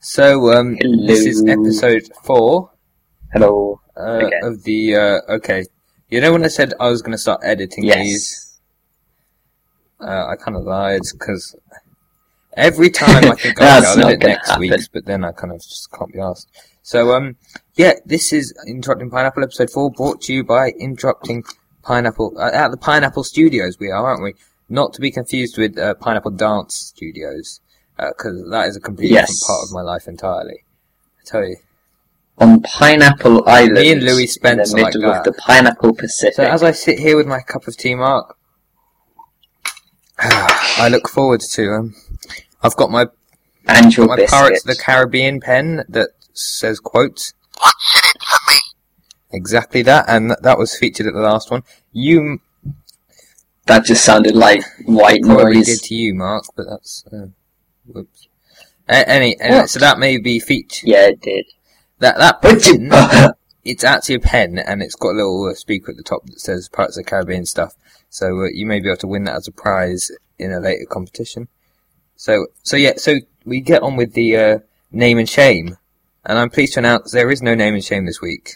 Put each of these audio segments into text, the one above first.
So um, this is Hello. episode four Hello. uh, Okay. of the. Uh, okay, you know when I said I was going to start editing these, Yes. uh, I kind of lied because every time I think oh, That's I'll not edit gonna next happen. week's, but then I kind of just can't be asked. So um, yeah, this is interrupting pineapple episode four, brought to you by interrupting pineapple uh, at the Pineapple Studios. We are, aren't we? Not to be confused with uh, Pineapple Dance Studios, because that is a completely Yes. different part of my life entirely. I tell you. On Pineapple Island. Me and Louis Spence in the are like middle of that. the Pineapple Pacific. So as I sit here with my cup of tea, Mark, I look forward to. Um, I've got my and your my biscuit. Pirates of the Caribbean pen that says quote. What's in it for me? Exactly that, and th- that was featured at the last one. You m- that just sounded like white probably noise. did to you, Mark, but that's uh, whoops. A- any, anyway, What? so that may be featured. Yeah, it did. That that What pen, you- it's actually a pen, and it's got a little uh, speaker at the top that says Pirates of the Caribbean stuff. So uh, you may be able to win that as a prize in a later competition. So, so yeah, so we get on with the uh, name and shame, and I'm pleased to announce there is no name and shame this week.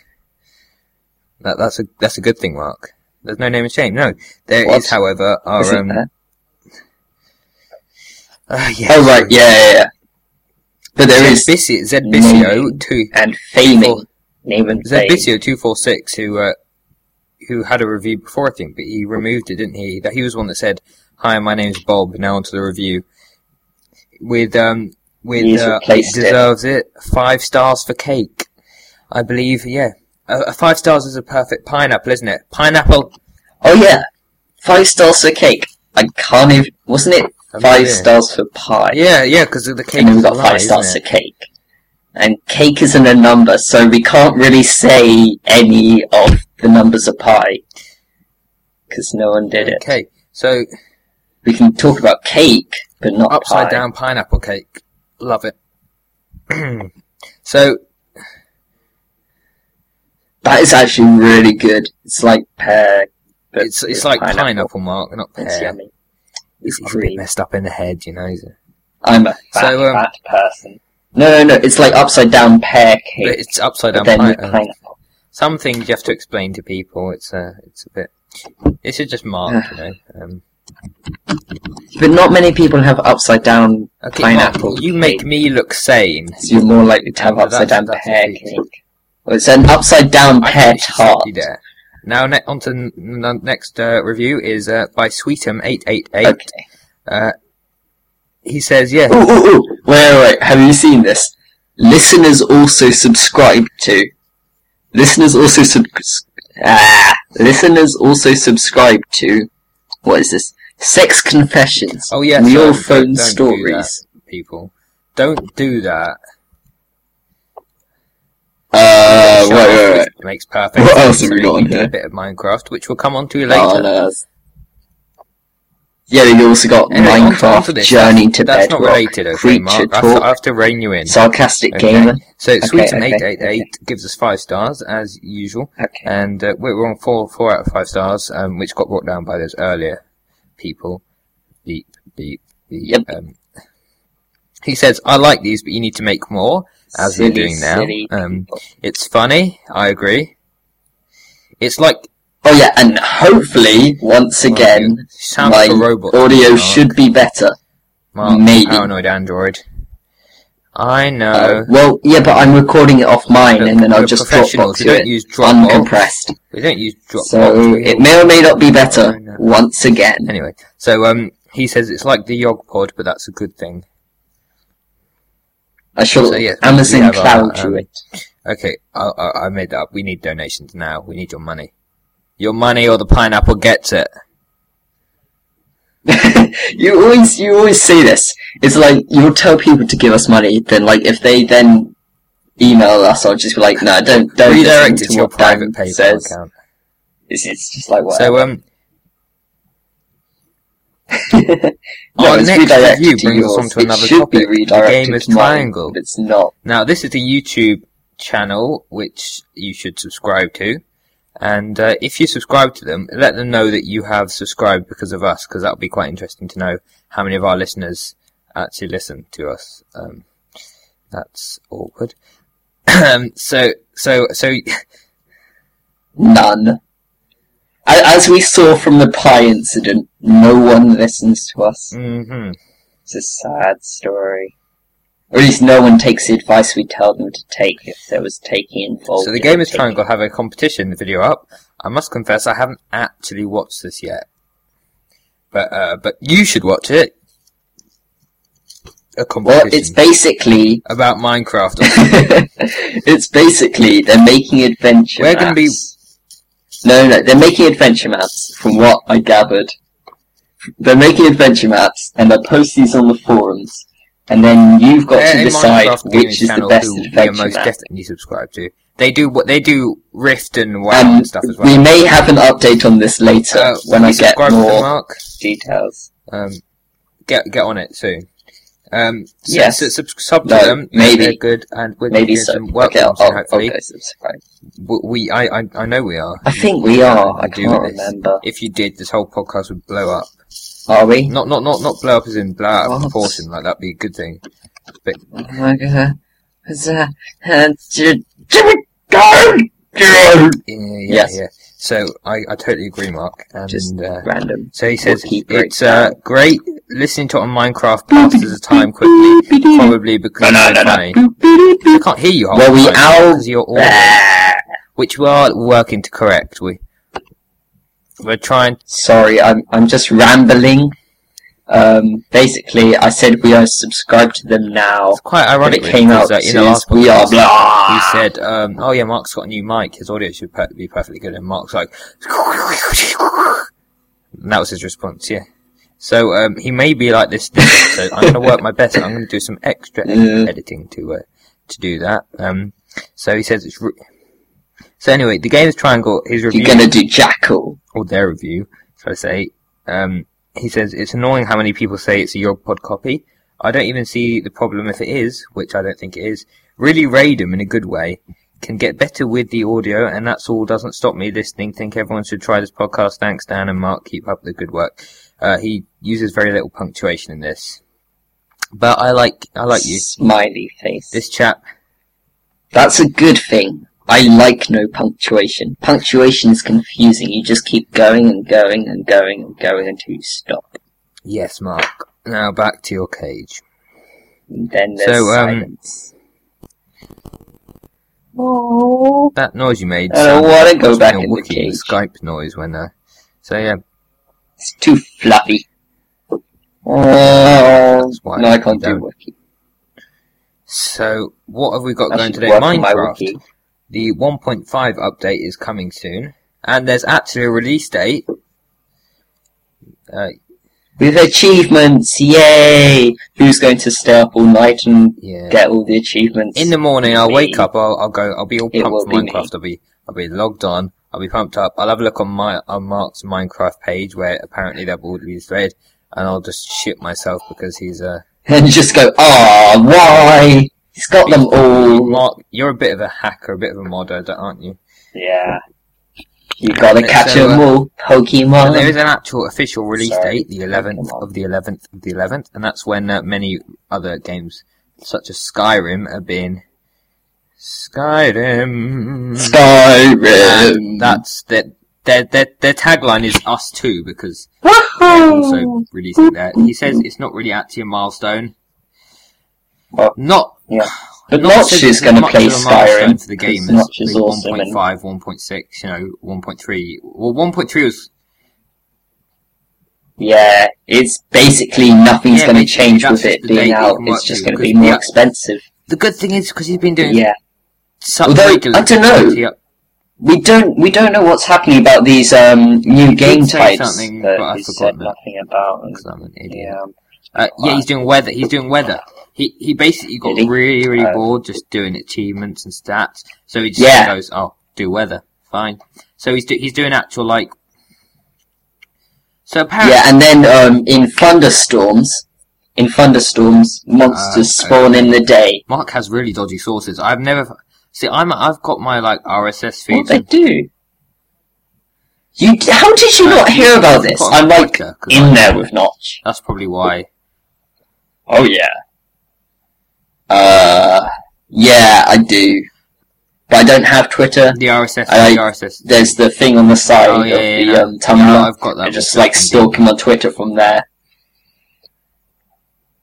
That, that's a that's a good thing, Mark. There's no name and shame. No, there is, What? however, our Isn't um. there? ah, yes. Oh, right. Yeah, yeah, yeah. But there Zed is. Bissi- Zed Bissio naming. two and faming. Well, Name and Zed fame. Bissio two four six who uh, who had a review before I think, but he removed it, didn't he? That he was the one that said, "Hi, my name's Bob." Now onto the review with um with He's uh, replaced it. deserves it. five stars for cake. I believe, yeah, uh, uh, five stars is a perfect pineapple, isn't it? Pineapple. Oh, yeah. Five stars for cake. I can't even. Wasn't it I five mean, yeah. stars for pie? Yeah, yeah, because the cake and then is we a got lie, five isn't stars for it? cake. And cake isn't a number, so we can't really say any of the numbers of pi. Because no one did it. Okay, so We can talk about cake, but not upside pie. down pineapple cake, love it. so That is actually really good. It's like pear. But it's with it's like pineapple. Mark, not pear. It's yummy. He's, It's he's a bit green. messed up in the head, you know. he's a- I'm a fat, So, um, fat person. No, no, no. It's like upside down pear cake, But it's upside but down. then pine- with pineapple. Some things you have to explain to people. It's a, it's a bit. This is just Mark, you know. Um, But not many people have upside down okay, Pineapple Mark, you make cake. me look sane. So you're more likely to have Yeah, upside that's- down that's pear a feat. cake. Well, it's an upside down I pear think we should stop tart. you there. Now, ne- on to n- n- next uh, review is uh, by Sweetum eight eight eight. Okay. He says, "Yeah, Ooh, ooh, ooh. Wait, wait, wait. Have you seen this? Listeners also subscribe to. Listeners also sub. Ah. Listeners also subscribe to. What is this? Sex confessions. Oh, yes, Real um, phone don't- don't do stories. people, don't do that." Uh, Shut wait, up, wait, which wait. Makes perfect. What else sense. have we So got on did here? A bit of Minecraft, which we'll come on to later. Oh, no, that's- Yeah, you also got Anyway, on to- on to Minecraft this. Journey That's- to That's Bedrock, not related, okay, Creature Mark. I have, to, I Talk, have to rein you in. Sarcastic Okay. Gamer. So, Okay, Sweetum888 okay, okay. gives us five stars, as usual. Okay. And uh, we're on four, four out of five stars, um, which got brought down by those earlier people. Beep, beep, beep. Yep. Um, he says, I like these, but you need to make more, as we're Silly, doing now. silly Um, it's funny, I agree. It's like Oh yeah, and hopefully, once Oh, again, you sound my like a robot. audio Mark. should be better. Mark, maybe. paranoid android. I know. Uh, well, yeah, but I'm recording it off mine, Look, and then I'll we're just professionals. Dropbox We to don't it, use Dropbox. uncompressed. We don't use Dropbox. So we- it may or may not be Oh, better no. once again. Anyway, so um, he says it's like the Yog Pod, but that's a good thing. I shall So, yeah, we Amazon have our, Cloud you um, it. Okay, I, I, I made that up. We need donations now. We need your money. Your money or the pineapple gets it. you always you always say this. It's like you'll tell people to give us money, then like if they then email us, I'll just be like, no, don't don't listen Redirect it to to your what private Dan PayPal says. account. It's, it's just like whatever. So um, No, our it's next redirected review to brings yours. us on to it another should topic. Be the redirected game is to mine, triangle. but it's not. Now, this is a YouTube channel, which you should subscribe to. And uh, if you subscribe to them, let them know that you have subscribed because of us, because that'll be quite interesting to know how many of our listeners actually listen to us. Um, that's awkward. um, so, so, so, None. A- As we saw from the pie incident, no one listens to us. hmm It's a sad story. Or at least no one takes the advice we tell them to take if there was taking involved. so the in Gamers taking. Triangle have a competition video up. I must confess, I haven't actually watched this yet, but uh, but you should watch it. A Well, competition it's basically. about Minecraft. it's basically they're making adventure We're maps. gonna be- No, no, they're making adventure maps, from what I gathered. They're making adventure maps, and they'll post these on the forums, and then you've got They're to a decide Minecraft gaming which is the channel best who we are adventure most map. definitely subscribe to. They do what they do Rift and WoW Um, and stuff as we well. may have an update on this later Uh, when we I get subscribe to them, more Mark. details. Um, get get on it soon. Um, so, Yes. so sub, sub to No, them. maybe. they're good, and we're Maybe doing so. some work Okay, I'll, on soon, I'll, I'll hopefully. go subscribe. W- We, I, I, I know we are. I think we are. I Do can't this. remember. If you did, this whole podcast would blow up. Are we? Not, not, not, not blow up as in blow out of What? proportion. Like that'd be a good thing. Yeah, yeah, Yes. yeah. So I, I totally agree, Mark. And Just uh, Random. So he says We'll keep it's right uh, great listening to it on Minecraft passes the time quickly, probably because No, it's no, so no, no. funny. I can't hear you. half Well, the we time, owl- 'cause you're all, Ah, which we are working to correct. We we're trying. Sorry, I'm I'm just rambling. Um, basically, I said we are subscribed to them now. It's quite When ironic. it came out, because, uh, in the says last we are podcast, blah. he said, um, "Oh yeah, Mark's got a new mic. His audio should per- be perfectly good." And Mark's like, and that was his response. Yeah. So um, he may be like this. Still, so I'm going to work my best. and I'm going to do some extra ed- Yeah. editing to uh, to do that. Um, so he says it's. Re- so anyway, the game's triangle. His review You're gonna do jackal. or their review, should I say, um, he says, It's annoying how many people say it's a Yogpod copy. I don't even see the problem if it is, which I don't think it is. Really raid them in a good way. Can get better with the audio, and that's all. Doesn't stop me listening. Think everyone should try this podcast. Thanks, Dan and Mark. Keep up the good work. Uh, he uses very little punctuation in this, but I like I like you. Smiley face. This chap, That's a good thing. I like no punctuation. Punctuation is confusing. You just keep going and going and going and going until you stop. yes, Mark. Now back to your cage. And then there's So, um, silence. Oh. That noise you made. I don't sounded wanna like go watching back a in the Wookiee, cage. Skype noise when uh, so yeah, It's too fluffy. Oh. why no, I I can't do don't wiki. So, what have we got I going should today? work on my Minecraft. wiki. The 1.5 update is coming soon, and there's actually a release date. Uh, With achievements, yay! Who's going to stay up all night and yeah. get all the achievements? In the morning, I'll Me. wake up. I'll, I'll go. I'll be all It pumped for will be me. Minecraft. I'll be. I'll be logged on. I'll be pumped up. I'll have a look on my on Mark's Minecraft page where apparently there'll already be thread, and I'll just shit myself because he's uh, a. and you just go, ah, why? He's got them all. Mark, you're a bit of a hacker, a bit of a modder, aren't you? Yeah. You gotta Let's catch have them a- all, But uh, there Pokemon. is an actual official release Um, Sorry. date, the 11th Pokemon. of the 11th of the 11th, and that's when uh, many other games, such as Skyrim, are being Skyrim. Skyrim. And that's their, their their their tagline is us too because they're Woohoo! also releasing that. He says it's not really actually a milestone. Well, Not not But Notch says is it's gonna much play of a milestone Skyrim. for the game. because Notch is really awesome. and- 1.5, 1.6, you know, 1.3. Well, 1.3 was Yeah, it's basically nothing's Yeah, gonna basically, change that's with just it the date being you out. can It's work just to, gonna be 'cause more the- expensive. The good thing is because he's been doing Yeah. such Although, regular I dunno. quality up- We don't we don't know what's happening about these um new game say types something, that but I we forgot said now. nothing about. and- 'cause I'm an idiot. Yeah. Uh, yeah, he's doing weather. He's doing weather. He he basically got Did he? really really Oh. bored just doing achievements and stats. So he just Yeah. goes, "Oh, do weather, fine." So he's do, he's doing actual like. So apparently, Yeah, and then um, in thunderstorms, in thunderstorms, monsters Uh, spawn in the day. Mark has really dodgy sources. I've never See, I'm I've got my like RSS What feeds. they do? You? How did you not hear about this? I'm like in there with Notch. That's probably why. Oh yeah. Uh, yeah, I do, but I don't have Twitter. The RSS, I- the RSS. There's the thing on the side Oh yeah, of yeah, the no, um, yeah, Tumblr. I've got that. I just like stalking on Twitter from there.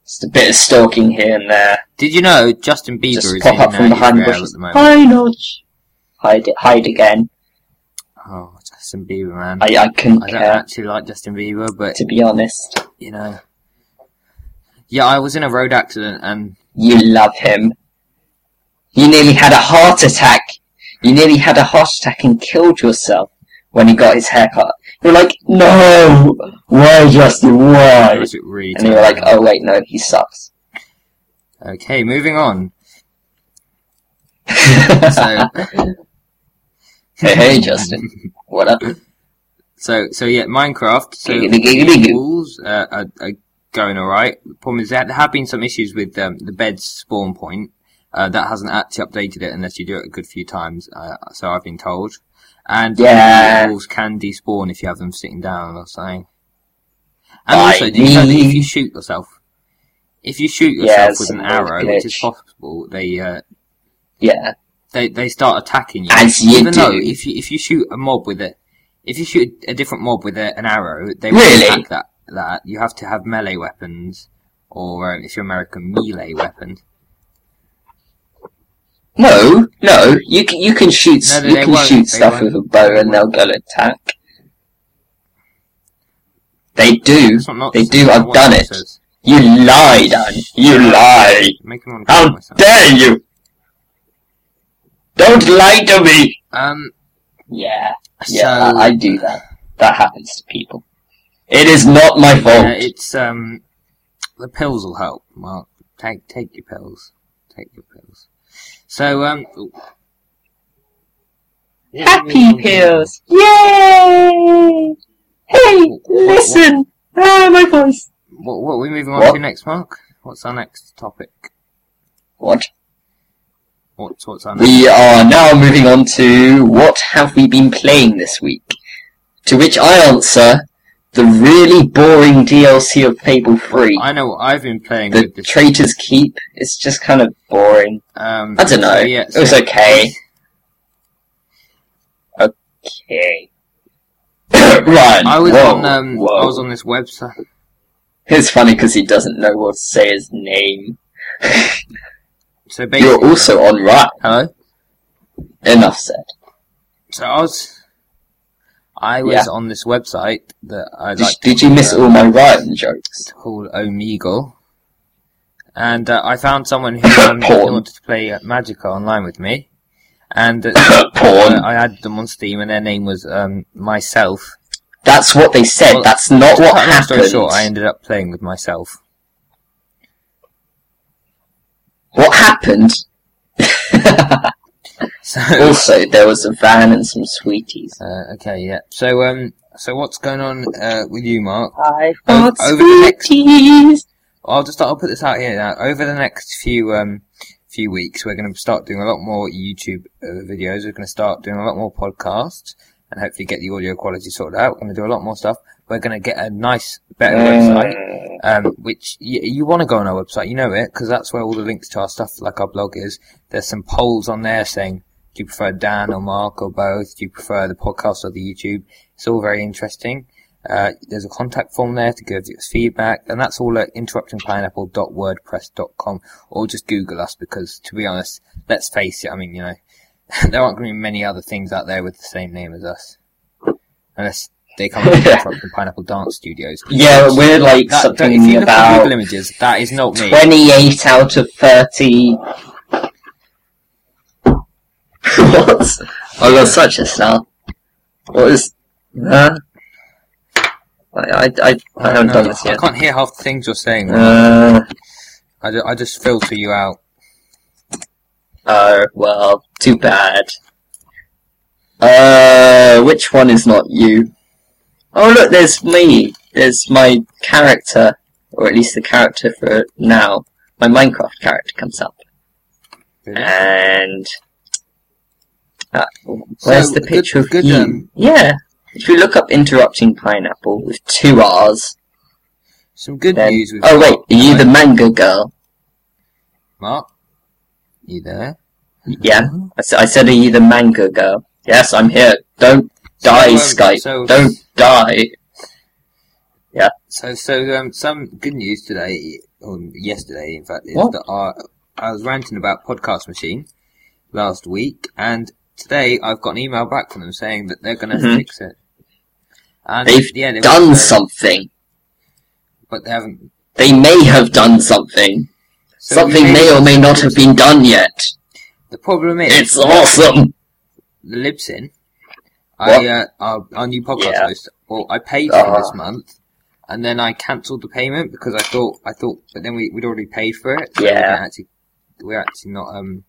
Just a bit of stalking here and there. Did you know Justin Bieber just is pop in up from uh, behind Israel the at bushes. the moment? Hi, Notch. Hide, hide again. Oh, Justin Bieber, man. I, I couldn't I don't care, actually like Justin Bieber, but to be honest. you know. Yeah, I was in a road accident and You love him. You nearly had a heart attack. You nearly had a heart attack and killed yourself when he got his haircut. You're like, no, why, Justin, I why? was really. And you were like, terrified. oh wait, no, he sucks. Okay, moving on. So, hey, hey, Justin, what up? so, so yeah, Minecraft. So Giggity, giggity, goo. walls uh, are, are going all right. The problem is that there have been some issues with um, the bed's spawn point. Uh, that hasn't actually updated it unless you do it a good few times. Uh, so I've been told. And Yeah. wolves can despawn if you have them sitting down or something. And I also, did you know that if you mean- shoot yourself, if you shoot Yeah, yourself it's with a an weird arrow, which is glitch. possible, they uh, Yeah, they they start attacking you. as you Even though do. if you if you shoot a mob with it, if you shoot a different mob with a, an arrow, they Really? will attack that. That you have to have melee weapons, or um, if you're American, melee weapon. No, no, you can you can shoot No, they you can won't, they shoot stuff won't. with a bow They and they'll go attack. They do. That's not not. They do, that's I've not what done Notch it. says. You lie, Dan. You lie. Make him want to kill How myself. dare you! Don't lie to me. Um. Yeah, yeah, so I, I do that. That happens to people. It is not my fault. yeah, it's um, the pills will help. Well, take take your pills. Take your pills. So um. Happy pills! Yay! Hey, listen! Ah, my voice. What, what are we moving on What? to next, Mark? What's our next topic? What? What's what's our next? We are now moving on to what have we been playing this week? To which I answer the really boring DLC of Fable 3. I know what I've been playing The with this. Traitor's Keep. It's just kind of boring. um, I don't know. so yeah, It so- was okay. Okay. Ryan. I was whoa, on um, whoa. I was on this website. It's funny because he doesn't know what to say his name. So basically, You're also on right. hello. Enough said. So I was, I was Yeah. on this website that I Did, like. to did you call, miss uh, all my Ryan jokes? Called Omegle, and uh, I found someone who, um, who Porn. wanted to play uh, Magica online with me, and uh, Porn. I added them on Steam, and their name was um, myself. That's what they said. Well, That's not To what cut a long happened. story short, I ended up playing with myself. What happened? So also, there was a van and some sweeties. Uh, okay, yeah. So, um, so what's going on uh, with you, Mark? I've got got Over- over the next- sweeties. I'll just I'll put this out here now. Over the next few um, few weeks, we're going to start doing a lot more YouTube uh, videos. We're going to start doing a lot more podcasts, and hopefully get the audio quality sorted out. We're going to do a lot more stuff. We're going to get a nice, better website. um, which y- you want to go on our website. You know it because that's where all the links to our stuff, like our blog, is. There's some polls on there saying, "Do you prefer Dan or Mark or both? Do you prefer the podcast or the YouTube?" It's all very interesting. Uh, there's a contact form there to give us feedback, and that's all at interruptingpineapple.wordpress.com, or just Google us because, to be honest, let's face it. I mean, you know, there aren't going to be many other things out there with the same name as us, unless they come from Interrupting Pineapple Dance Studios. Yeah, we're like That, that, if you something look at Google about Images, that is not me. 28 out of 30. what? I got such a star. What is. Huh? I, I, I, I haven't No, done this I yet. can't hear half the things you're saying. Uh, I, ju- I just filter you out. oh, well, too bad. Uh, which one is not you? Oh, look, there's me. There's my character, or at least the character for now. My Minecraft character comes up. Really. and Where's So, the good- picture of good, you? um, yeah. If you look up interrupting pineapple with two R's, Some good then news with oh wait, are you the manga girl? Mark. You there? Yeah, I, s- I said, are you the manga girl? Yes, I'm here. Don't die, um, Skype. so- Don't die. So, so um, some good news today, or yesterday, in fact, is What? that I, I was ranting about Podcast Machine last week, and today I've got an email back from them saying that they're going to Mhm. fix it. And They've yeah, they Done were, something. but they haven't. They may have done something. So something we may or may not have been done yet. The problem is It's awesome. the Libsyn. What? I uh, our, our new podcast Yeah. host. Well, I paid for Uh-huh. this month, and then I cancelled the payment because I thought I thought, but then we, we'd already paid for it. So we Yeah. didn't actually, we're actually not. Um,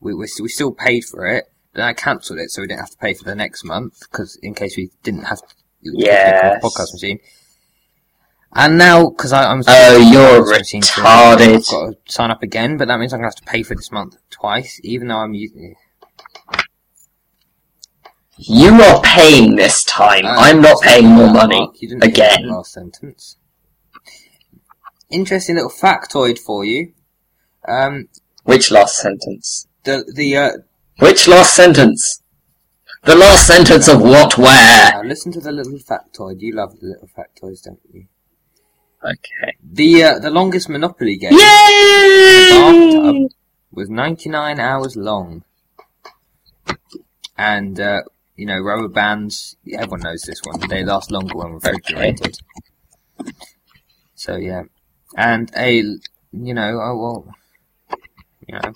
we we we still paid for it. Then I cancelled it, so we didn't have to pay for the next month because in case we didn't have to. it would take Yes. the podcast machine. And now, because I'm Oh, you're podcast machine thing, I've retarded. got to sign up again, but that means I'm gonna have to pay for this month twice, even though I'm using. You are paying this time. Uh, I'm not sorry, paying more uh, money. Mark, you didn't hear Again. that Last sentence. Interesting little factoid for you. Um, Which last sentence? the the uh, Which last sentence? The last sentence of what where? now listen to the little factoid. You love the little factoids, don't you? Okay. The uh, the longest Monopoly game Yay! bathtub. was 99 hours long, and uh, you know rubber bands. Everyone knows this one. They last longer when refrigerated. So yeah, and a you know oh well, you know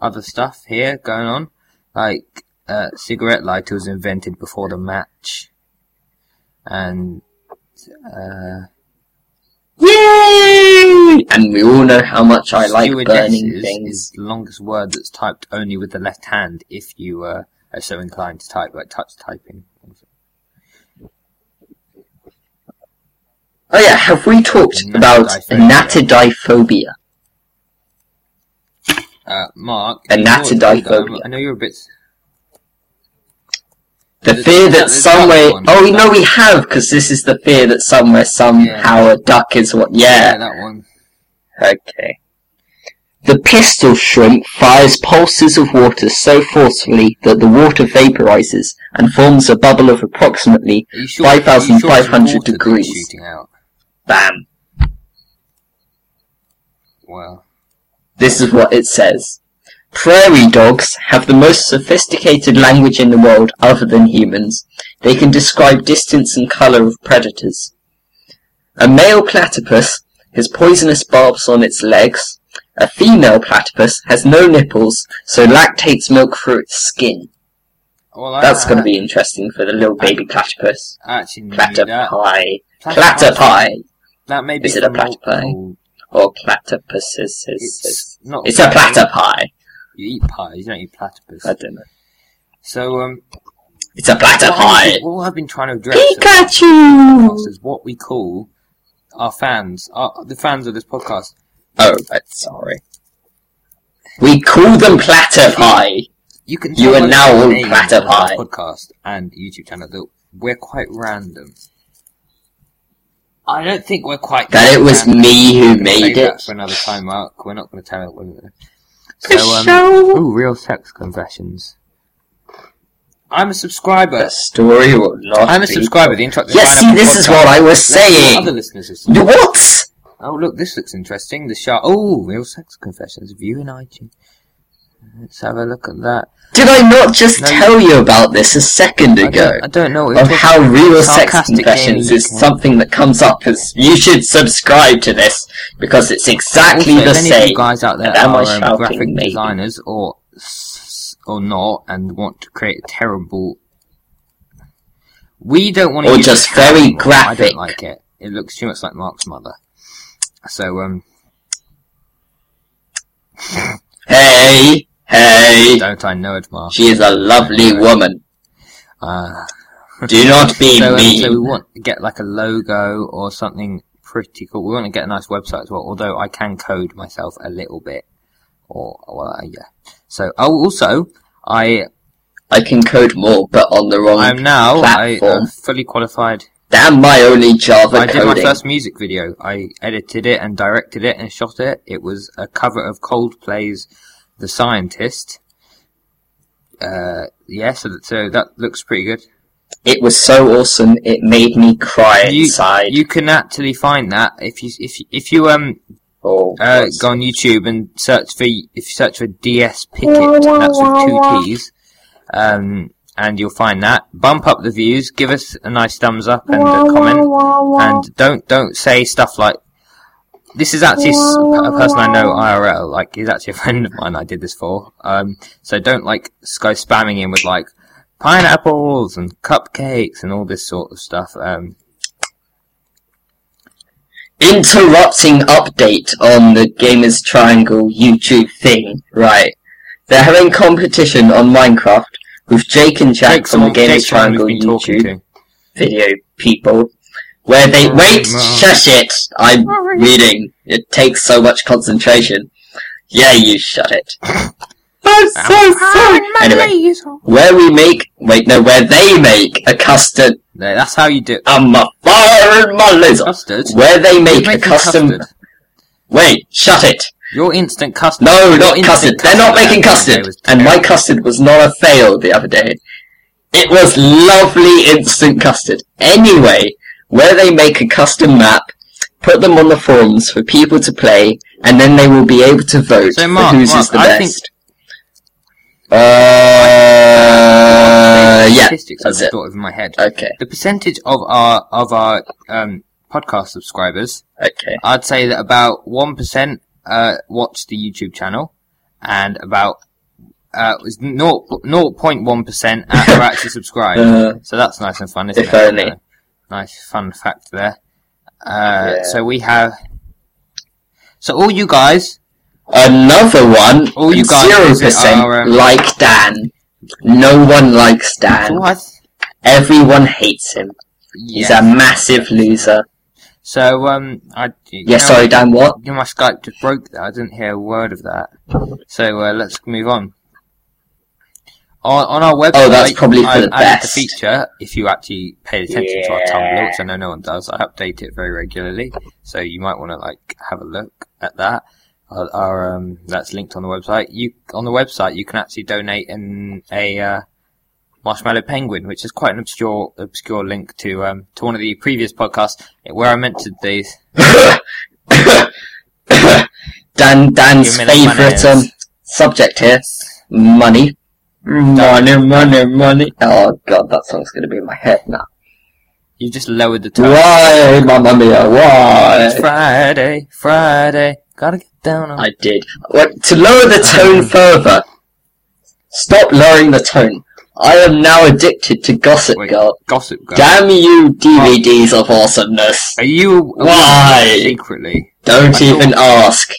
other stuff here going on like uh, cigarette lighter was invented before the match, and uh, Yay! And we all know how much I like burning stewardesses things. is the longest word that's typed only with the left hand if you uh, are so inclined to type like touch typing. Oh yeah, have we talked about Anatidiphobia. anatidiphobia? Uh, Mark, Anatidiphobia. you're- um, I know you're a bit. The There's- fear no, that there's somewhere... another one. Oh, no, we have, because this is the fear that somewhere, somehow, a duck is what... Yeah. that one. Okay. The pistol shrimp fires pulses of water so forcefully that the water vaporizes and forms a bubble of approximately Are you sure- are you sure it's 5,500 water that's degrees. Shooting out. bam. Well, This is what it says. Prairie dogs have the most sophisticated language in the world other than humans. They can describe distance and color of predators. A male platypus has poisonous barbs on its legs. A female platypus has no nipples, so lactates milk through its skin. well I, That's I, going to be interesting for the little baby platypus. I actually knew Platter that. pie. Platypus- Platter pie. That may be Is it a from platypi? multiple- Or platypuses. It's, It's not. it's a platter pie. You eat pie. You don't eat platypus. I don't know. So um, It's a platter what I've pie. been- what I've been trying to address. podcast Pikachu! is what we call our fans, our, the fans of this podcast. Oh, right, sorry. We call them platter pie. You can You tell are by the now all name of platter our pie. podcast and YouTube channel that we're quite random. I don't think we're quite. That it was random. me who We're gonna save made that it. for another time, Mark. We're not going to tell it. We're gonna- So, um, show. ooh, real sex confessions. I'm a subscriber. The story will not I'm a be- subscriber. The interrupted. Yes, see, Pineapple this is Podcast. what I was Let's see what Other saying. listeners have You What? Oh, look, this looks interesting. The shark. Oh, real sex confessions. View in iTunes. Let's have a look at that. Did I not just No, you- tell you about this a second I ago? don't, I don't know. what you're of talking how about. real sex Sarcastic confessions gaming is account. something that comes up as you should subscribe to this because it's exactly also, the if any of you same. guys out there Am I are um, shouting, graphic maybe? designers or s- or not, and want to create a terrible, we don't want to. Or use just the term very anymore. I graphic. don't like it. It looks too much like Mark's mother. So um, Hey, hey, don't I know it, Mark? she is a lovely woman. Ah. Do not be so, um, mean. so we want to get like a logo or something pretty cool. We want to get a nice website as well. Although I can code myself a little bit, or well, uh, yeah. So oh, also I I can code more, but on the wrong. I'm now I, platform. am fully qualified. Damn my only Java I did my coding. first music video. I edited it and directed it and shot it. It was a cover of Coldplay's "The Scientist." Uh, yeah, so, that- so that looks pretty good. It was so awesome. It made me cry You- inside. You can actually find that if you if you- if you um oh, uh, what's- go on YouTube and search for if you search for DS Picket, that's with two T's, um, and you'll find that. Bump up the views, give us a nice thumbs up and a comment, and don't don't say stuff like. This is actually s- a person I know IRL. Like he's actually a friend of mine. I did this for. Um, so don't like s- go spamming him with like pineapples and cupcakes and all this sort of stuff. Um, Interrupting update on the Gamers Triangle YouTube thing. Right. They're having competition on Minecraft with Jake and Jack Jake, from someone, the Gamers Jake, someone Triangle we've been talking YouTube to. video people. Where they wait, uh, shush it. I'm reading. It takes so much concentration. Yeah, you shut it. I'm so sorry. Anyway, where we make wait no, where they make a custom No, that's how you do it. I'm a fire and my laser. custard. Where they You're make a making custom. custard. Wait, shut it. Your instant custard. No, Your not instant custard. They're not making back in the day custard. was And my terrible. custard was not a fail the other day. It was lovely instant custard. Anyway, where they make a custom map, put them on the forums for people to play, and then they will be able to vote So, Mark, for whose Mark, is the I think- best. Uh, yeah. Statistics I that's just it. Uh, thought of in my head. Okay, The percentage of our of our um, podcast subscribers, okay. I'd say that about one percent uh, watch the YouTube channel, and about uh, it was zero point one percent are actually subscribed. Uh, So that's nice and fun, isn't If it? only. Uh, nice fun fact there. Uh, Yeah. So we have. So all you guys, Another one. All you guys zero is it percent are, um, like Dan. No one likes Dan. what? Everyone hates him. He's a massive loser. So um, I. You Yeah, know, sorry, Dan. What? you know, my Skype just broke there. I didn't hear a word of that. So uh, let's move on. On, on our website, Oh, that's probably for I've the added best. the feature. If you actually paid attention to our Yeah. Tumblr, which I know no one does, I update it very regularly. So you might want to like have a look at that. Our, our, um, that's linked on the website. You on the website, you can actually donate an a uh, marshmallow penguin, which is quite an obscure obscure link to um, to one of the previous podcasts where I mentioned these. Dan Dan's Give me the favourite um, bananas. subject here: money. Money, money, money. Oh god, that song's gonna be in my head now. You just lowered the tone. Why, Mamma Mia? It's Why? Friday, Friday. Gotta get down on. I did. What, to lower the tone further. Stop lowering the tone. I am now addicted to Gossip Wait, Girl. Gossip Girl. Damn you, DVDs of awesomeness. Are you a Why? woman secretly? Don't I even ask.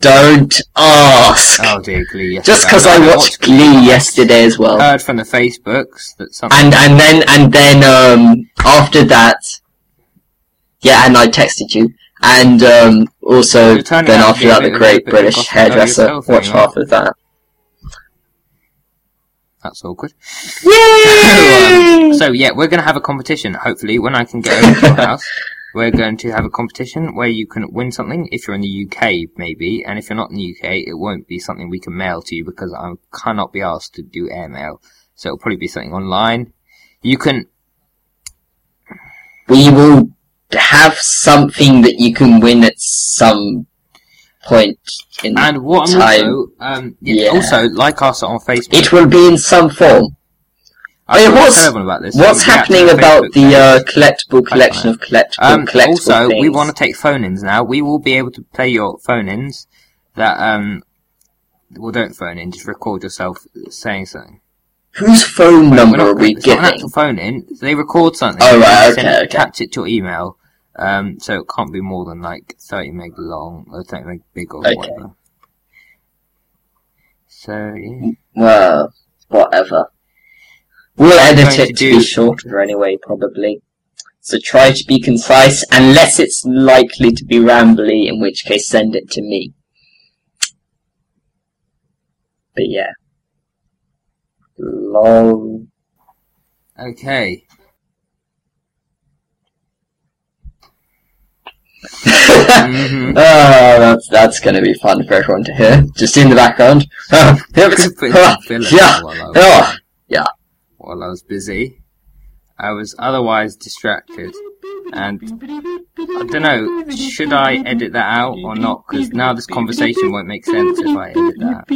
Don't ask. Oh dear, Glee. yes, I Just Uh. because know. I watched Glee yesterday as well. Heard from the Facebooks that something. and and then and then um after that, yeah, and I texted you, and um also You're turning then out to after be a that, the bit of a- bit Great of a British gossip Hairdresser. yourself, Watch you know. half of that. That's awkward. Yay! So yeah, we're going to have a competition. Hopefully, when I can get over to your house, we're going to have a competition where you can win something if you're in the UK, maybe. And if you're not in the UK, it won't be something we can mail to you because I cannot be asked to do airmail. So it'll probably be something online. You can. we will have something that you can win at some point in. And what I'm Time. also, um, yeah, Yeah. also like us on Facebook. it will be in some form. I Hey, feel what's- terrible about this. What's We react to happening the about Facebook the page. uh, collectible collection of collectible Um, collectible also, things? we want to take phone-ins now. We will be able to play your phone-ins. That um, well, don't phone in. Just record yourself saying something. Whose phone We're number not- are we it's not an actual getting? phone-in. They record something. Oh, and right, they send okay, it- okay. Attach it to your email. Um, so it can't be more than like thirty meg long or thirty meg big or Okay. whatever. So yeah. Well, whatever. We'll edit going to it to do- be shorter anyway, probably. So try to be concise, unless it's likely to be rambly, in which case send it to me. But yeah. Lol. Okay. hmm Oh, that's that's gonna be fun for everyone to hear. Just in the background. Could put some filler yeah. while I was, Oh, yeah. While I was busy, I was otherwise distracted, and I don't know. Should I edit that out or not? Because now this conversation won't make sense if I edit that.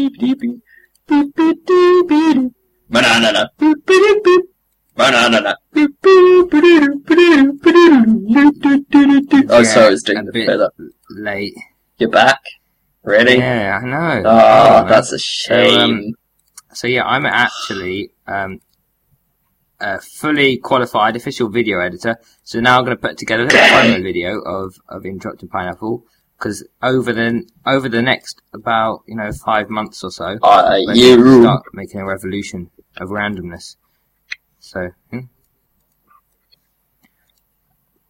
Banana. Banana. Oh, Yeah, sorry, I was a doing the bit filler. late. You're back? Really? Yeah, I know. Oh, Anyway. that's a um, shame. So yeah, I'm actually um, a fully qualified official video editor. So now I'm going to put together a little promo video of of interrupted pineapple because over the over the next about you know five months or so, Uh, we're gonna you. start making a revolution of randomness. So hmm?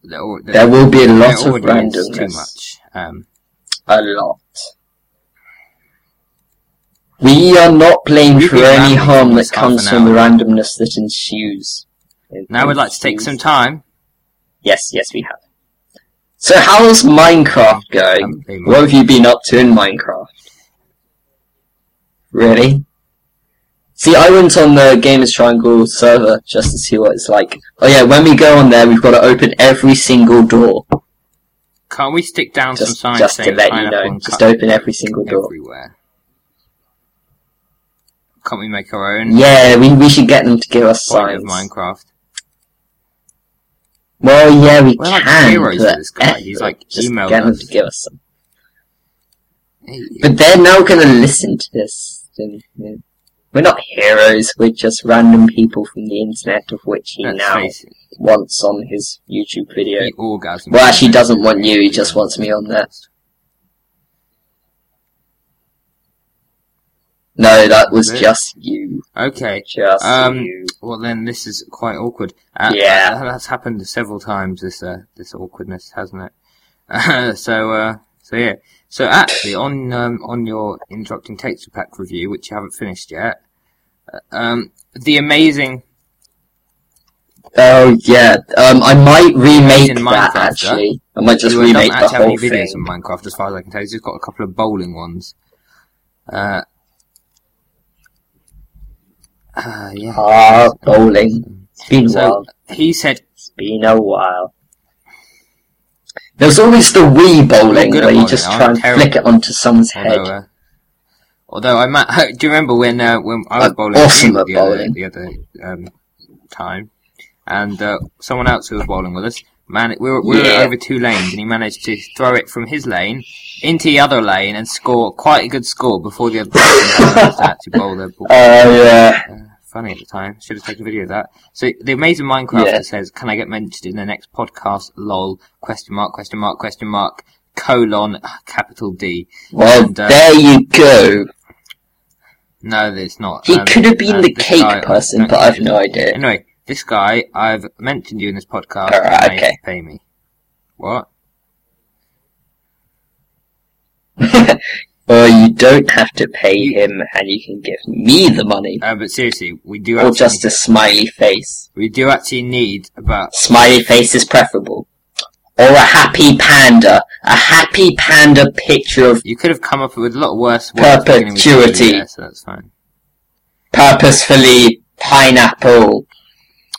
The au- the- There will be a the lot of audience is randomness. Too much. Um, A lot. We are not blamed You've for been any rambling harm for that this half comes an from the randomness that ensues. now we'd like to take some time. Yes, yes, we have. So, how's Minecraft going? Um, they might- What have you been up to in Minecraft? Really? See, I went on the Gamers Triangle server just to see what it's like. Oh yeah, when we go on there, we've got to open every single door. Can't we stick down some Just, signs just to saying let you pineapple know. and Just cut open every single door. everywhere? Can't we make our own Yeah, we, we should get them to give us point of signs. Minecraft? Well, yeah, we We're like can. heroes but to this guy. He's effort, like just emailed get them us. to give us some. Hey, But they're now going to listen to this. then, yeah. We're not heroes. We're just random people from the internet, of which he Let's now face it, wants on his YouTube video. he orgasms. Well, actually, he doesn't want you. He just wants me on there. No, that was Is it? just you. Okay. Just Um, you. Well, then this is quite awkward. Uh, Yeah. uh, that's happened several times. This uh, this awkwardness, hasn't it? Uh, so uh, so yeah. So actually, on um, on your interrupting texture pack review, which you haven't finished yet, uh, um, the amazing Oh yeah. Um, I might remake in that Minecraft, huh? actually. I might just You, uh, remake don't the actually whole have any videos thing. on Minecraft, as far as I can tell. He's just got a couple of bowling ones. Uh, uh, yeah. Ah, bowling. It's been a So- while. He said, It's been a while. There's always the Wii I'm bowling good at where you bowling, just I'm try and terrible. flick it onto someone's head. although, uh, although I might, do you remember when uh, when I was I'm bowling, with awesome you at the bowling. other the other um, time, and uh, someone else who was bowling with us, man, we were, we Yeah. were over two lanes, and he managed to throw it from his lane into the other lane and score quite a good score before the other person managed to actually bowl their ball. Oh yeah. funny at the time. Should have taken a video of that. So the amazing Minecrafter Yeah. says, "Can I get mentioned in the next podcast?" Lol. Question mark. Question mark. Question mark. Colon. Capital D. Well, And, uh, there you go. No, it's not. He Um, could have been and the this cake guy- person, but I've no idea. Anyway, this guy, I've mentioned you in this podcast. All and right, now you have okay. to Pay me. What? Or you don't have to pay him, and you can give me the money, Uh, but seriously, we do or actually just a smiley face. we do actually need about Smiley face is preferable, or a happy panda. A happy panda picture of you could have come up with a lot worse words. beginning with Perpetuity. P, Yeah, so that's fine. purposefully pineapple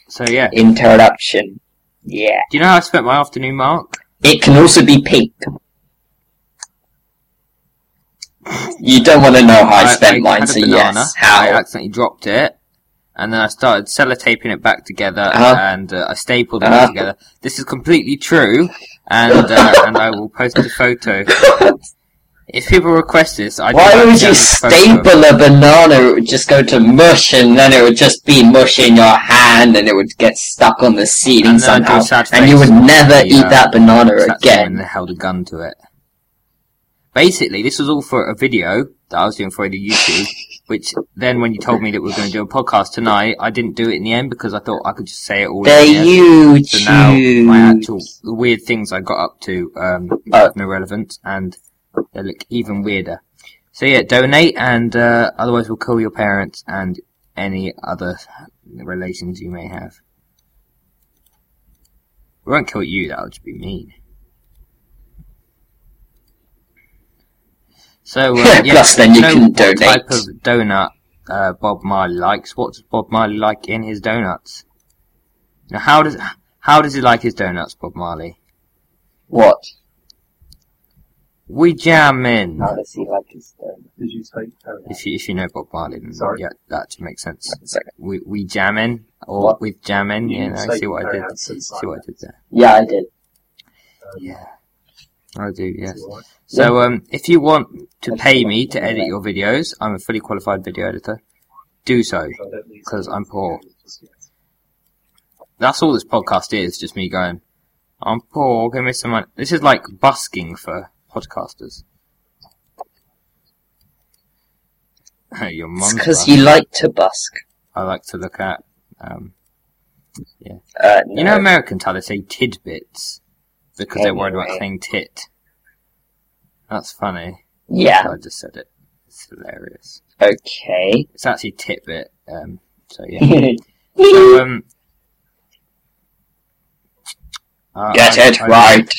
So yeah, interruption. Yeah, do you know how I spent my afternoon, Mark? it can also be pink. You don't want to know how I, spent mine, had a so banana, yes. How? I accidentally dropped it, and then I started sellotaping it back together, Uh-huh. and uh, I stapled it Uh-huh. together. This is completely true, and uh, and I will post a photo. If people request this, I do Why like would to you have a photo of- staple a banana? It would just go to mush, and then it would just be mush in your hand, and it would get stuck on the ceiling And uh, then I'd do somehow, sad and you face would never the, eat uh, that banana Sat down and again. held a gun to it. Basically, this was all for a video that I was doing for the YouTube. Which then, when you told me that we were going to do a podcast tonight, I didn't do it in the end because I thought I could just say it all. They're in the end. huge. So now my actual the weird things I got up to um, Oh. have no relevance, and they look even weirder. So yeah, donate, and uh, otherwise we'll kill your parents and any other relations you may have. We won't kill you, that would just be mean. So, uh, Yeah, yeah, plus then you know can what donate. type of donut uh, Bob Marley likes? What does Bob Marley like in his donuts? Now, how does how does he like his donuts, Bob Marley? What? We jammin'. How does he like his stone? Did you take Tony? If you uh, if you know Bob Marley, then Sorry. yeah, that makes sense. Second. We we jammin' or What? with jammin'. You, You know, take see what I did. Tony since See what I did there. Yeah, I did. Yeah, I do. Yes. Alright. So um, if you want to That's pay what me I'm to doing edit there. your videos, I'm a fully qualified video editor. Do so. I don't need to- 'Cause I'm poor. Just yet. That's all this podcast is. Just me going. I'm poor. Give me some money. This is like busking for podcasters. your It's mum's. because bus- you like to busk. I like to look at. Um, Uh, You know, American talent say tidbits because they're worried about Anyway. saying tit. That's funny. Yeah. I just said it. It's hilarious. Okay. It's actually titbit. Um, so yeah. Get so, um, uh, Get I- it I- right.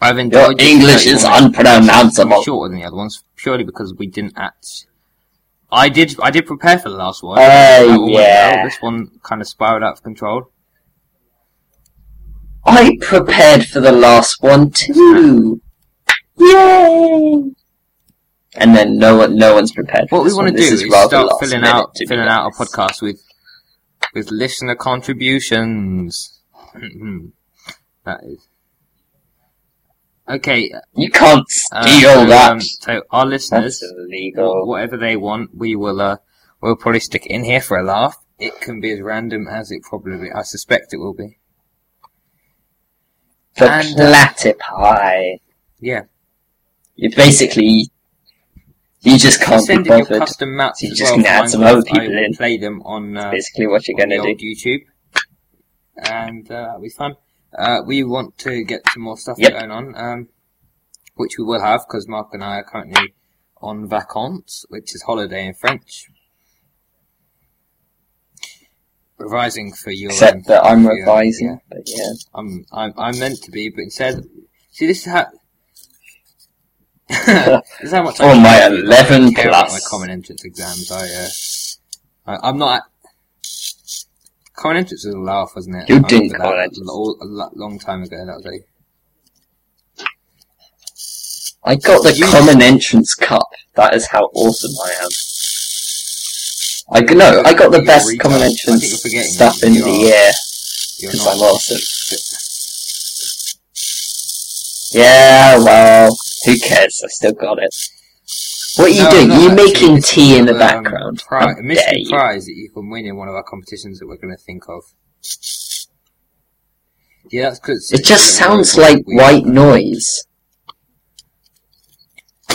I've Your enjoyed this English debate is almost unpronounceable. shorter than the other ones purely because we didn't act. I did. I did prepare for the last one. That all Oh, went well. yeah. This one kind of spiraled out of control. I prepared for the last one too. Yay! And then no one, no one's prepared. for What we this want to one. do This is, is rather start last filling minute, out to be filling out our honest. podcast with with listener contributions. that is okay. You can't Uh, steal so, that. um, so our That's listeners, wh- illegal. whatever they want, we will uh, we'll probably stick it in here for a laugh. It can be as random as it probably. I suspect it will be. The and, platypi. uh, Yeah, You basically, you just You can't be send in your bothered. custom maps. So you as just well gonna for add some Minecraft. other I people will in. Play them on. Uh, basically, what you're on the gonna do. old YouTube, and uh, that'll be fun. Uh, we want to get some more stuff Yep. going on, um, which we will have because Mark and I are currently on vacances, which is holiday in French. Revising for your um, Except that I'm for your- revising. yeah. But yeah. I'm, I'm I'm meant to be, but instead, see this is how. this is how much I Oh, my care about- 11 care about plus. my common entrance exams. I, uh, I I'm not. Common entrance was a laugh, wasn't it? You I remember didn't that common entrance. a lo- a lo- long time ago. That was like I got the You- common entrance cup. That is how awesome I am. I g- no, I got the You're best retard. common I think you're entrance forgetting stuff that in you are- the year you're because not- I'm awesome. Yeah, well, who cares? I still got it. What are you No, doing? no, you actually, making it's tea in the um, background. pri- How mystery dare you. prize that you can win in one of our competitions that we're going to think of. Yeah, that's because It just sounds like white noise.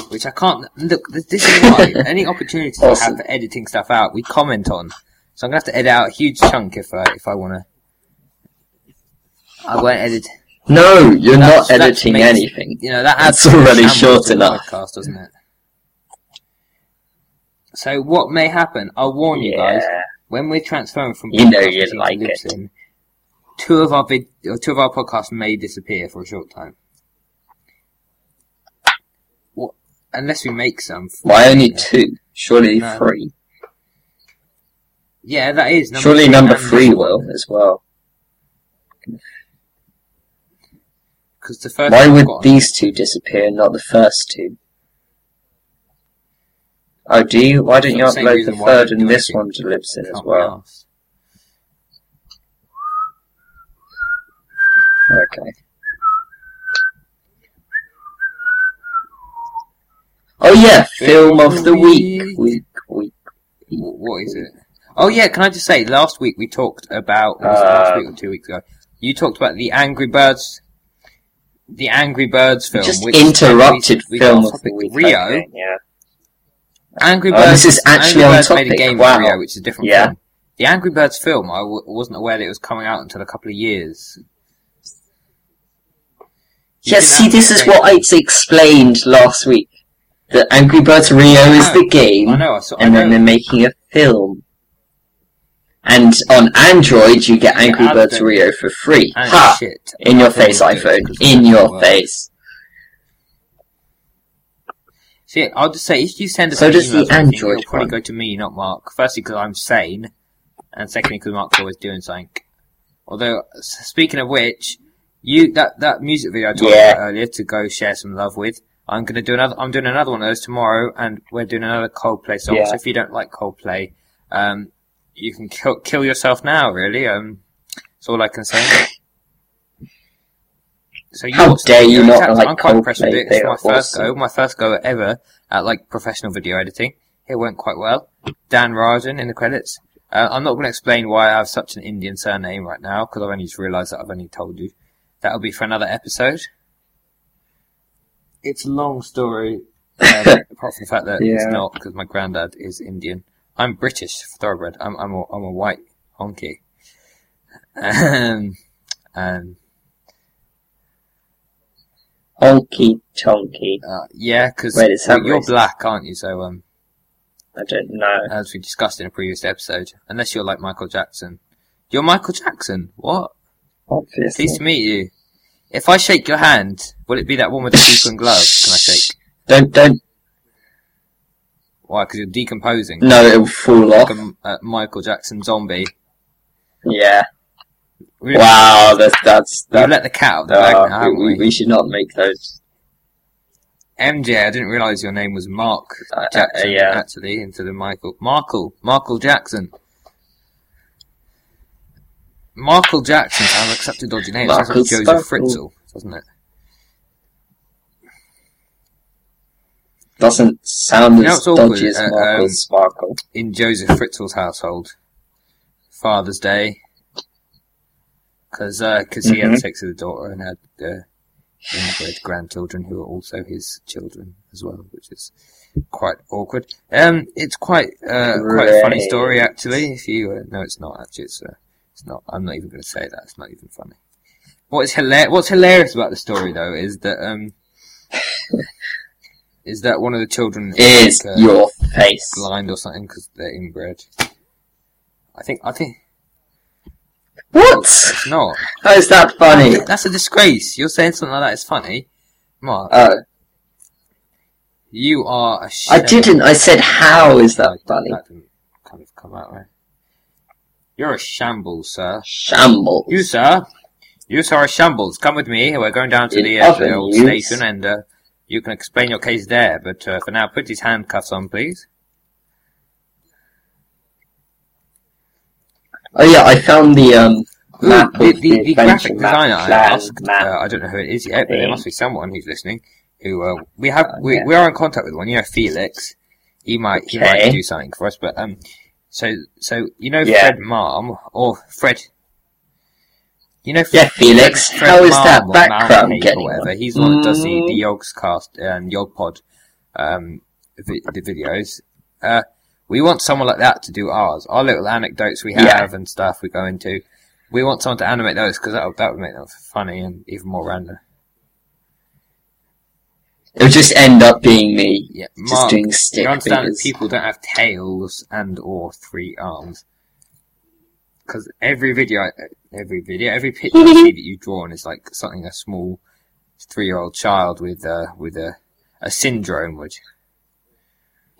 which I can't look. This, this is why any opportunity that I Awesome. have for editing stuff out, we comment on. So I'm gonna have to edit out a huge chunk if I if I wanna. I won't edit. No, you're That's- not that editing makes- anything. You know that adds That's already shambles short to the enough. podcast, doesn't it? So what may happen? I'll warn you guys Yeah. when we're transferring from You know podcasting you'd to like it. Libsyn, Two of our vid- or two of our podcasts may disappear for a short time, what, unless we make some. Why only Yeah. two? Surely No. three. Yeah, that is. Surely two number and three will as well. Because the first Why one would got- these two disappear, and not the first two? Oh, do you? Why don't you Same upload reason the why third we and do this it. one to Libsyn as can't be well? asked. Okay. Oh yeah, film of the week, week, week. W- What is it? Oh yeah, can I just say? Last week we talked about was it last Uh, week or two weeks ago. You talked about the Angry Birds, the Angry Birds film. Just which interrupted we- we got film off of the topic. week. Rio. okay, yeah. Angry Oh, Birds. this is Angry actually on Birds made a topic. game Wow. with Rio, which is a different Yeah. film. The Angry Birds film. I w- wasn't aware that it was coming out until a couple of years. You Yes, didn't see, this is actually- what I explained last week. The Angry Birds Rio is know. the game, I know. I saw. I and know. then they're making a film. And on Android, you get Angry Yeah, Birds Android. Rio for free. Ah, ha! shit. In your face, iPhone did it iPhone. because In it your worked. face. See, I'll just say if you send us So an does email the or something, Android it'll probably one. go to me, not Mark. Firstly, because I'm sane, and secondly, because Mark's always doing something. Although, s- speaking of which, you that that music video I talked Yeah. about earlier to go share some love with. I'm gonna do another. I'm doing another one of those tomorrow, and we're doing another Coldplay song. Yeah. So if you don't like Coldplay, um, you can kill kill yourself now. Really, um, that's all I can say. So you How watched the dare you video, not exactly. like I'm quite impressed with Coldplay, it. It's they my are first awesome. go, my first go ever at like professional video editing. It went quite well. Dan Rajan in the credits. Uh, I'm not going to explain why I have such an Indian surname right now because I've only just realised that I've only told you. That'll be for another episode. It's a long story, um, apart from the fact that it's Yeah. not because my granddad is Indian. I'm British thoroughbred. I'm I'm a, I'm a white honky. Um, um, Honky tonky. uh, yeah, because Wait, it sounds you're racist. black, aren't you? So um, I don't know. as we discussed in a previous episode, unless you're like Michael Jackson, you're Michael Jackson. What? Obviously. Pleased to meet you. If I shake your hand, will it be that one with the sequin glove? Can I shake? Don't, don't. Why? Because you're decomposing No, it'll fall like off. a M- a Michael Jackson zombie. Yeah. We- Wow, that's, that's, We that's, let the cat out of the bag now, uh, haven't we, we? we should not make those. MJ, I didn't realise your name was Mark Uh, uh, Jackson, yeah. actually, instead of Michael. Markle. Markle Jackson. Markle Jackson sounds like such a dodgy name. It sounds like Markle Joseph Fritzl, Sparkle. doesn't it? Doesn't sound You know, as it's awkward, dodgy as uh, Markle um, Sparkle. In Joseph Fritzl's household. Father's Day. Because he had Mhm. sex with a daughter and had uh, inbred grandchildren who are also his children as well, which is quite awkward. Um, it's quite uh, quite a funny story Great. actually. If you uh, no, it's not actually. It's, uh, it's not. I'm not even going to say that. It's not even funny. What's hilarious? What's hilarious about the story though is that um, is that one of the children Is like, uh, your face. blind or something because they're inbred. I think. I think What? it's not. How is that funny? That's a disgrace. You're saying something like that is funny, Mark. Uh, you are a I shit. didn't. I said, how is that Like, funny? That didn't kind of come out right. You're a shambles, sir. Shambles. You, sir. You, sir, are shambles. Come with me. We're going down to In the, uh, to the other old news- station and uh, you can explain your case there. But uh, for now, put these handcuffs on, please. Oh yeah, I found the um Ooh, map the, of the, the, the graphic adventure map, designer I plan asked, map. uh, I don't know who it is yet, but there thing. must be someone who's listening. Who uh, we have, we, Okay. we are in contact with one. You know, Felix. He might he might Okay. do something for us, but um, so so you know Yeah. Fred Marm or Fred. You know, yeah, Felix, Fred how is Marm that or background Malcate or getting? whatever. on? He's the one that does the, Mm. the Yogs cast and Yog Pod, um, vi- the videos. Uh, we want someone like that to do ours. Our little anecdotes we have Yeah. and stuff we go into. We want someone to animate those because that that would make them funny and even more random. It'll just end up being me Yeah, just Mark, doing stick you understand that figures. people don't have tails and or three arms because every video, every video, every picture I see that you've drawn is like something a small three-year-old child with uh, with a a syndrome would.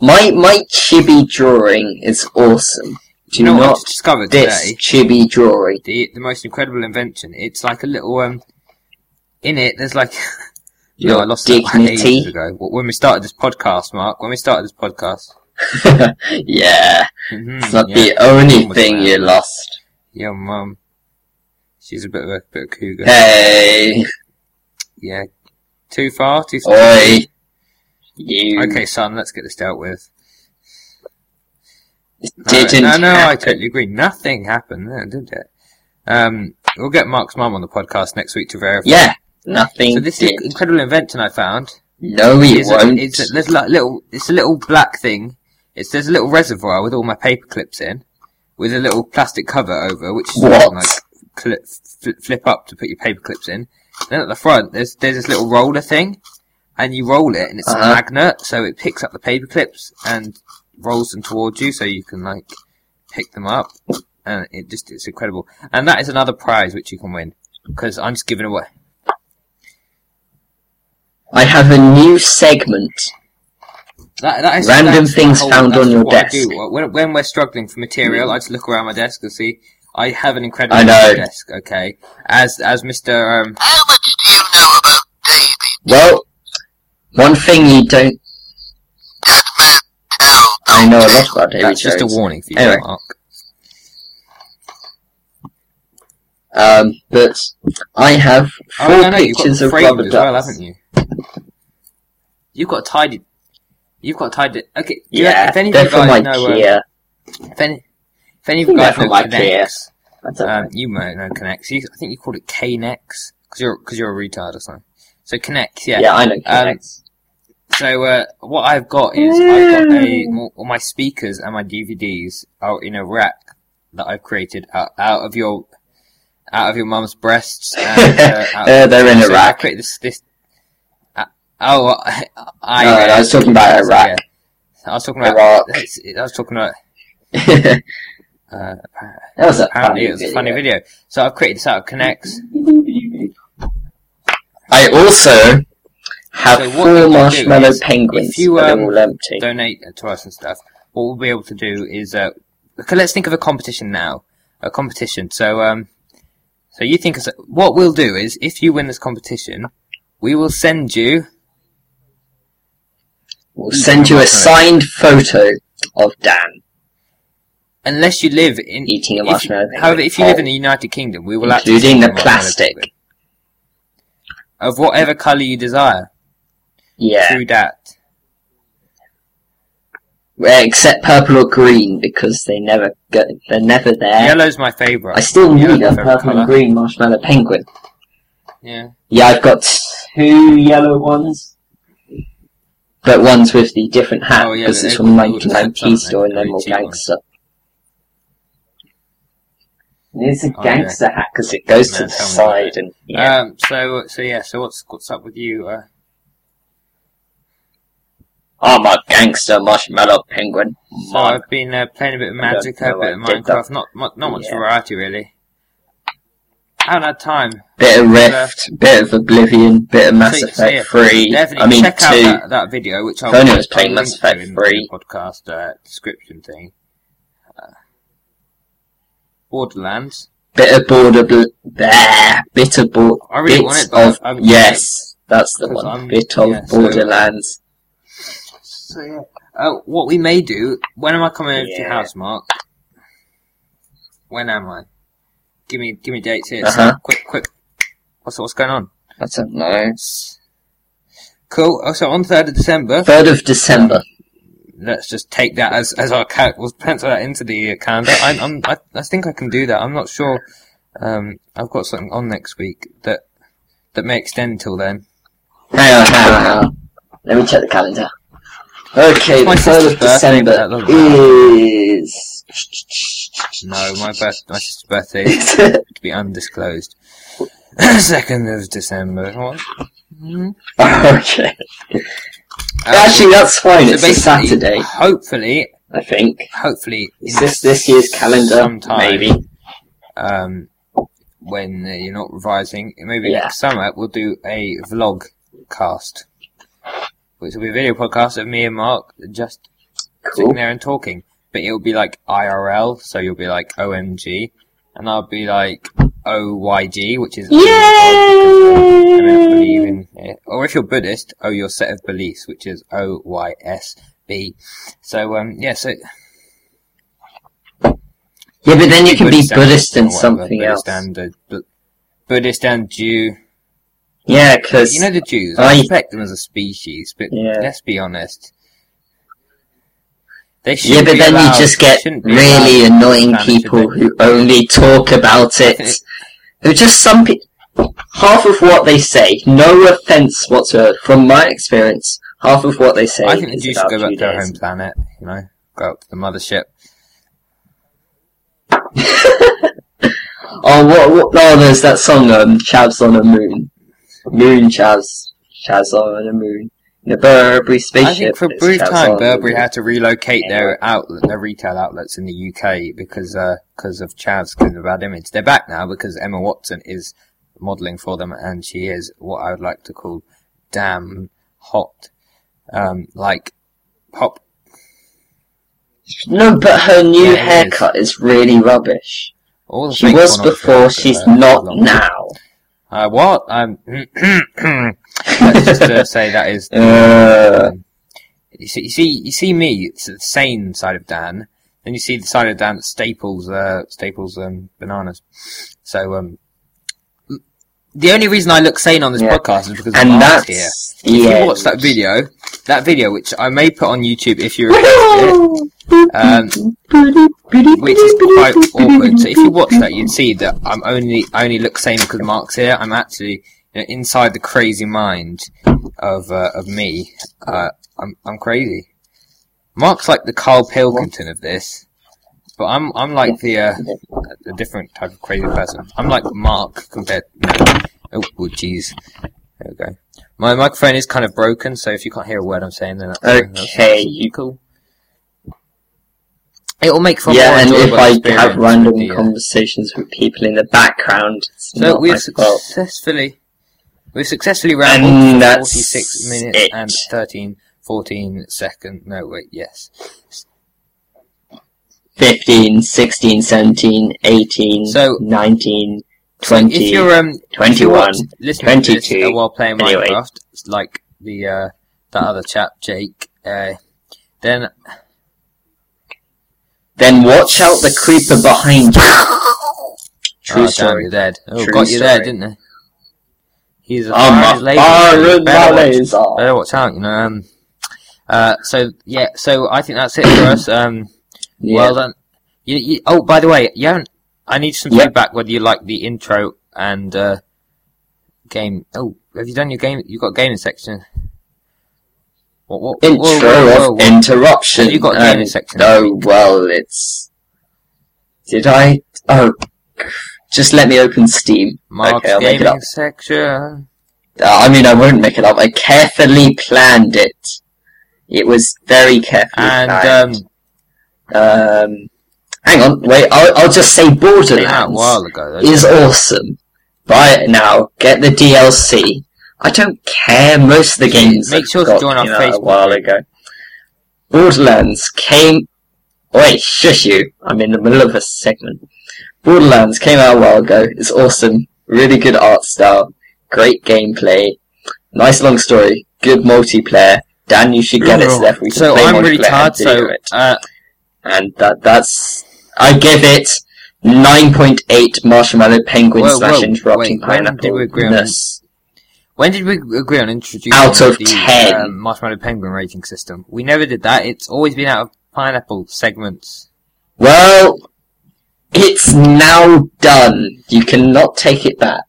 My my chibi drawing is awesome. Do you know what I not just discovered this today? chibi drawing. The the most incredible invention. It's like a little um. In it, there's like Your no, I lost it like ages dignity. ago. When we started this podcast, Mark. When we started this podcast. yeah, Mhm, it's not yeah. the only Almost thing there. you lost. Your mum. She's a bit of a bit of cougar. Hey, Yeah. Too far? Too far? oi, you Okay, son, let's get this dealt with. No, didn't. No, no, I happen. totally agree. Nothing happened there, did it? Um, we'll get Mark's mum on the podcast next week to verify. Yeah, nothing. So this is did. an incredible invention I found. No, it It's a, won't. it's a, there's like little, it's a little black thing. It's there's a little reservoir with all my paper clips in, with a little plastic cover over, which you What? can, like clip, fl- flip up to put your paper clips in. Then at the front, there's there's this little roller thing, and you roll it, and it's Uh-huh. a magnet, so it picks up the paper clips and rolls them towards you, so you can like pick them up, and it just it's incredible. And that is another prize which you can win because I'm just giving away. I have a new segment. That, that is Random that's the things found that's on your what I desk. do. When, when we're struggling for material, I just look around my desk and see. I have an incredible I know. desk. Okay, as as Mister um, How much do you know about David? Well, one thing you don't. That man Tell I know a lot about David that's just a Jones. warning for you, Anyway. Mark. Um, but I have Oh, four no, no, you've pictures got of framed rubber as ducks. well, haven't you? You've got tidy. You've got tidy. Okay, do you- Yeah, If any of they're you from guys know, um, IKEA. if any, if any of I you think guys they're know from IKEA. Kinex, I don't um, know. you might know Kinex. You, I think you called it Kinex because you're because you're a retard or something. So Kinex, yeah. Um, yeah. I know Kinex. So uh, what I've got is I've got a Mm. all my speakers and my DVDs are in a rack that I've created out, out of your out of your mum's breasts. And, uh, out Uh, they're in so I Iraq. created this. this uh, oh, I, I, No, I was talking about Iraq. I was talking about Iraq. it's- I was talking about. that Uh, was a apparently, funny it was a funny video. So I've created this out of Connects. I also have So what you can four do marshmallow is, penguins if you, that um, are all empty. donate to us and stuff, what we'll be able to do is uh, okay, let's think of a competition now. A competition. So um, so you think of s- what we'll do is if you win this competition, we will send you. We'll send you a signed photo of Dan Unless you live in, eating a if you- marshmallow penguin. however, if you live in the whole, United Kingdom, we will actually including send the you a marshmallow plastic. penguin. of whatever color you desire. Oh, Yeah. Through that, Well, except purple or green because they never go, they're never there. yellow's my favorite. I still Yellow's need my a favorite purple color. and green marshmallow penguin. Yeah. Yeah, I've got two yellow ones. But one's with the different hat Oh, yeah, because the it's from April Fool's hat, 99 aren't they? P store and they're more Pretty ones. gangster. It's a Oh, yeah. gangster hat because it goes to Man, the tell me about side and yeah. Um. So so yeah. So what's what's up with you? Uh, I'm a gangster marshmallow penguin. So Mon- I've been uh, playing a bit of I don't Magic, a know bit of what I did Minecraft. Not not, not much Yeah. variety really. I haven't had time. Bit of Rift, bit of Oblivion, bit of Mass So- so, yeah, Effect 3. Definitely I mean, check out 2. that, that video, which I'll If only it I'll was playing link Mass to Effect in 3. the podcast uh, description thing. Uh, Borderlands. Bit of Border... Bl- there. Bit of... Bo- I really want bits it, but of... I haven't got yes. That's the Because one. I'm- bit of yeah, so- Borderlands. So yeah. Oh, what we may do? When am I coming over to your Yeah. house, Mark? When am I? Give me give me dates here. Uh-huh. So, quick quick. What's what's going on? I don't know. Cool. Oh, so on third of December. Third of December. let's just take that as as our cal- we'll pencil that into the uh, calendar. I'm, I'm I, I think I can do that. I'm not sure. Um, I've got something on next week that that may extend till then. Hang on, hang on, hang on. oh, Let me check the calendar. Okay, My the third sister's birthday, of but December that doesn't is. No, my birth my sister's birthday is oh, to be undisclosed. Second of December. What? Mhm. okay. Um, Actually, that's fine. so It's a basically, Saturday, Hopefully, I think. hopefully, Is in this this year's calendar? sometime, Maybe. um, when uh, you're not revising, maybe Yeah. next summer we'll do a vlog cast, which will be a video podcast of me and Mark just sitting Cool. there and talking. But it'll be like IRL, so you'll be like OMG, and I'll be like OYG, which is I don't believe in it. Or if you're Buddhist, oh, your set of beliefs, which is O Y S B. So um, yeah, so Yeah, but then you can be Buddhist and and whatever, something else. Buddhist and uh, Bu- Buddhist and Jew. Yeah, because. You know the Jews. I- I respect them as a species, but Oh, Yeah. let's be honest. They yeah, shouldn't but be then allowed- you just get shouldn't be really allowed annoying planet, should people they? who only talk about it. Who just some people. Half of what they say, no offense whatsoever, from my experience, half of what they say I think the is Jews should about go back to their home Judaism. planet. You know, go up to the mothership. Oh, what, what? Oh, there's that song, um, Chavs on a Moon. Moon Chavs. Chavs on a Moon. The Burberry I spaceship. think for a is brief Charles time, Burberry Darwin. had to relocate their outlet, their retail outlets in the UK because uh, because of Chad's kind of bad image. They're back now because Emma Watson is modelling for them, and she is what I would like to call damn hot, um, like pop. No, but her new Yeah, it is. haircut is. really rubbish. All the She things was going on before, with her, she's uh, not long- now. Uh, what? Um, let's just uh, say that is Uh, Um, you see, you see, you see me. It's the sane side of Dan. Then you see the side of Dan that staples, uh, staples um, bananas. So um, the only reason I look sane on this Yeah. podcast is because I'm and last here. that's If the you watch that end. video, that video which I may put on YouTube if you're interested, um, which which is quite awkward. So if you watch that, you'd see that I'm only I only look sane because Mark's here. I'm actually you know, inside the crazy mind of uh, of me. Oh, Uh, I'm I'm crazy. Mark's like the Carl Pilkington of this, but I'm I'm like the uh, a different type of crazy person. I'm like Mark compared. No. Oh, oh, jeez. There we go. My microphone is kind of broken, so if you can't hear a word I'm saying, then that's Okay. cool. It will make for more yeah, and if enjoyable I experience have with random the, uh, conversations with people in the background, it's so not we've my fault. successfully we've successfully rambled And for that's 46 minutes it. and 13 14 second no wait yes 15, 16, 17, 18, So- 19, So 20, if you're um if you're 21, watch- listening to this 22, uh, while playing anyway. Minecraft it's like the uh that other chap Jake uh then then watch out the creeper behind you. True oh, damn, story. you're dead oh True got you there story. didn't they he's a fire Uh, I'm a laser, Um, fire so you and better watch laser. Better watch out, you know. Um, uh, so yeah, so I think that's it for us. Um, Yeah. Well done. You, you, oh, by the way, you haven't. I need some Yep. feedback whether you like the intro and uh, game. Oh, have you done your game? You got gaming section. What? What? Intro whoa, whoa, whoa, of whoa. interruption. Have you got um, gaming section? Oh well, it's. Did I? Oh, just let me open Steam. Mark's okay, I'll make it gaming up. section. Uh, I mean, I won't make it up. I carefully planned it. It was very carefully And um, planned. Um, hang on, wait. I'll, I'll just say came out a Borderlands while ago. though. is awesome. Buy it now. Get the DLC. I don't care. Most of the games Make I've sure to got, join our you know, a Facebook while group. ago. Borderlands came. Wait, shush you! I'm in the middle of a segment. Borderlands came out a while ago. It's awesome. Really good art style. Great gameplay. Nice long story. Good multiplayer. Dan, you should get it so that we can so play I'm really multiplayer and tired. video So it uh, and that that's I give it nine point eight marshmallow penguin Whoa, slash whoa, interrupting wait, when did pineapple. we agree on ness. when did we agree on introducing Out of the 10. um, Marshmallow Penguin rating system? We never did that. It's always been out of pineapple segments. Well, it's now done. You cannot take it back.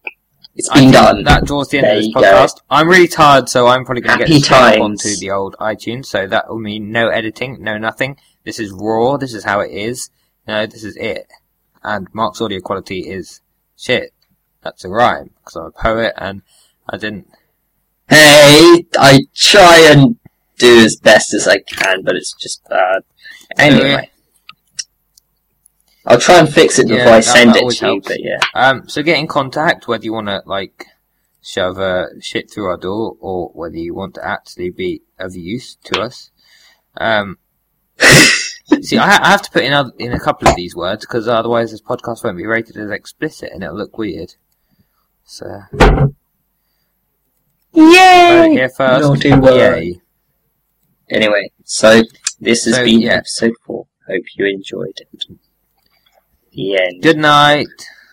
It's I been think done. That draws the end There of this you go. podcast. I'm really tired, so I'm probably going to Happy get straight up times. onto the old iTunes. So that will mean no editing, no nothing. This is raw. This is how it is. No, this is it. And Mark's audio quality is shit. That's a rhyme because I'm a poet and I didn't. Hey, I try and do as best as I can, but it's just bad. Anyway, I'll try and fix it Yeah, before I that- send that it always to you. helps. But yeah, Um, so get in contact whether you want to like shove uh, shit through our door or whether you want to actually be of use to us. Um, see, I, ha- I have to put in oth- in a couple of these words because otherwise this podcast won't be rated as explicit and it'll look weird. So heard it yay! here first. Naughty word. Yay. Anyway, so this has So, been yeah. episode four. Hope you enjoyed it. The end. Good night.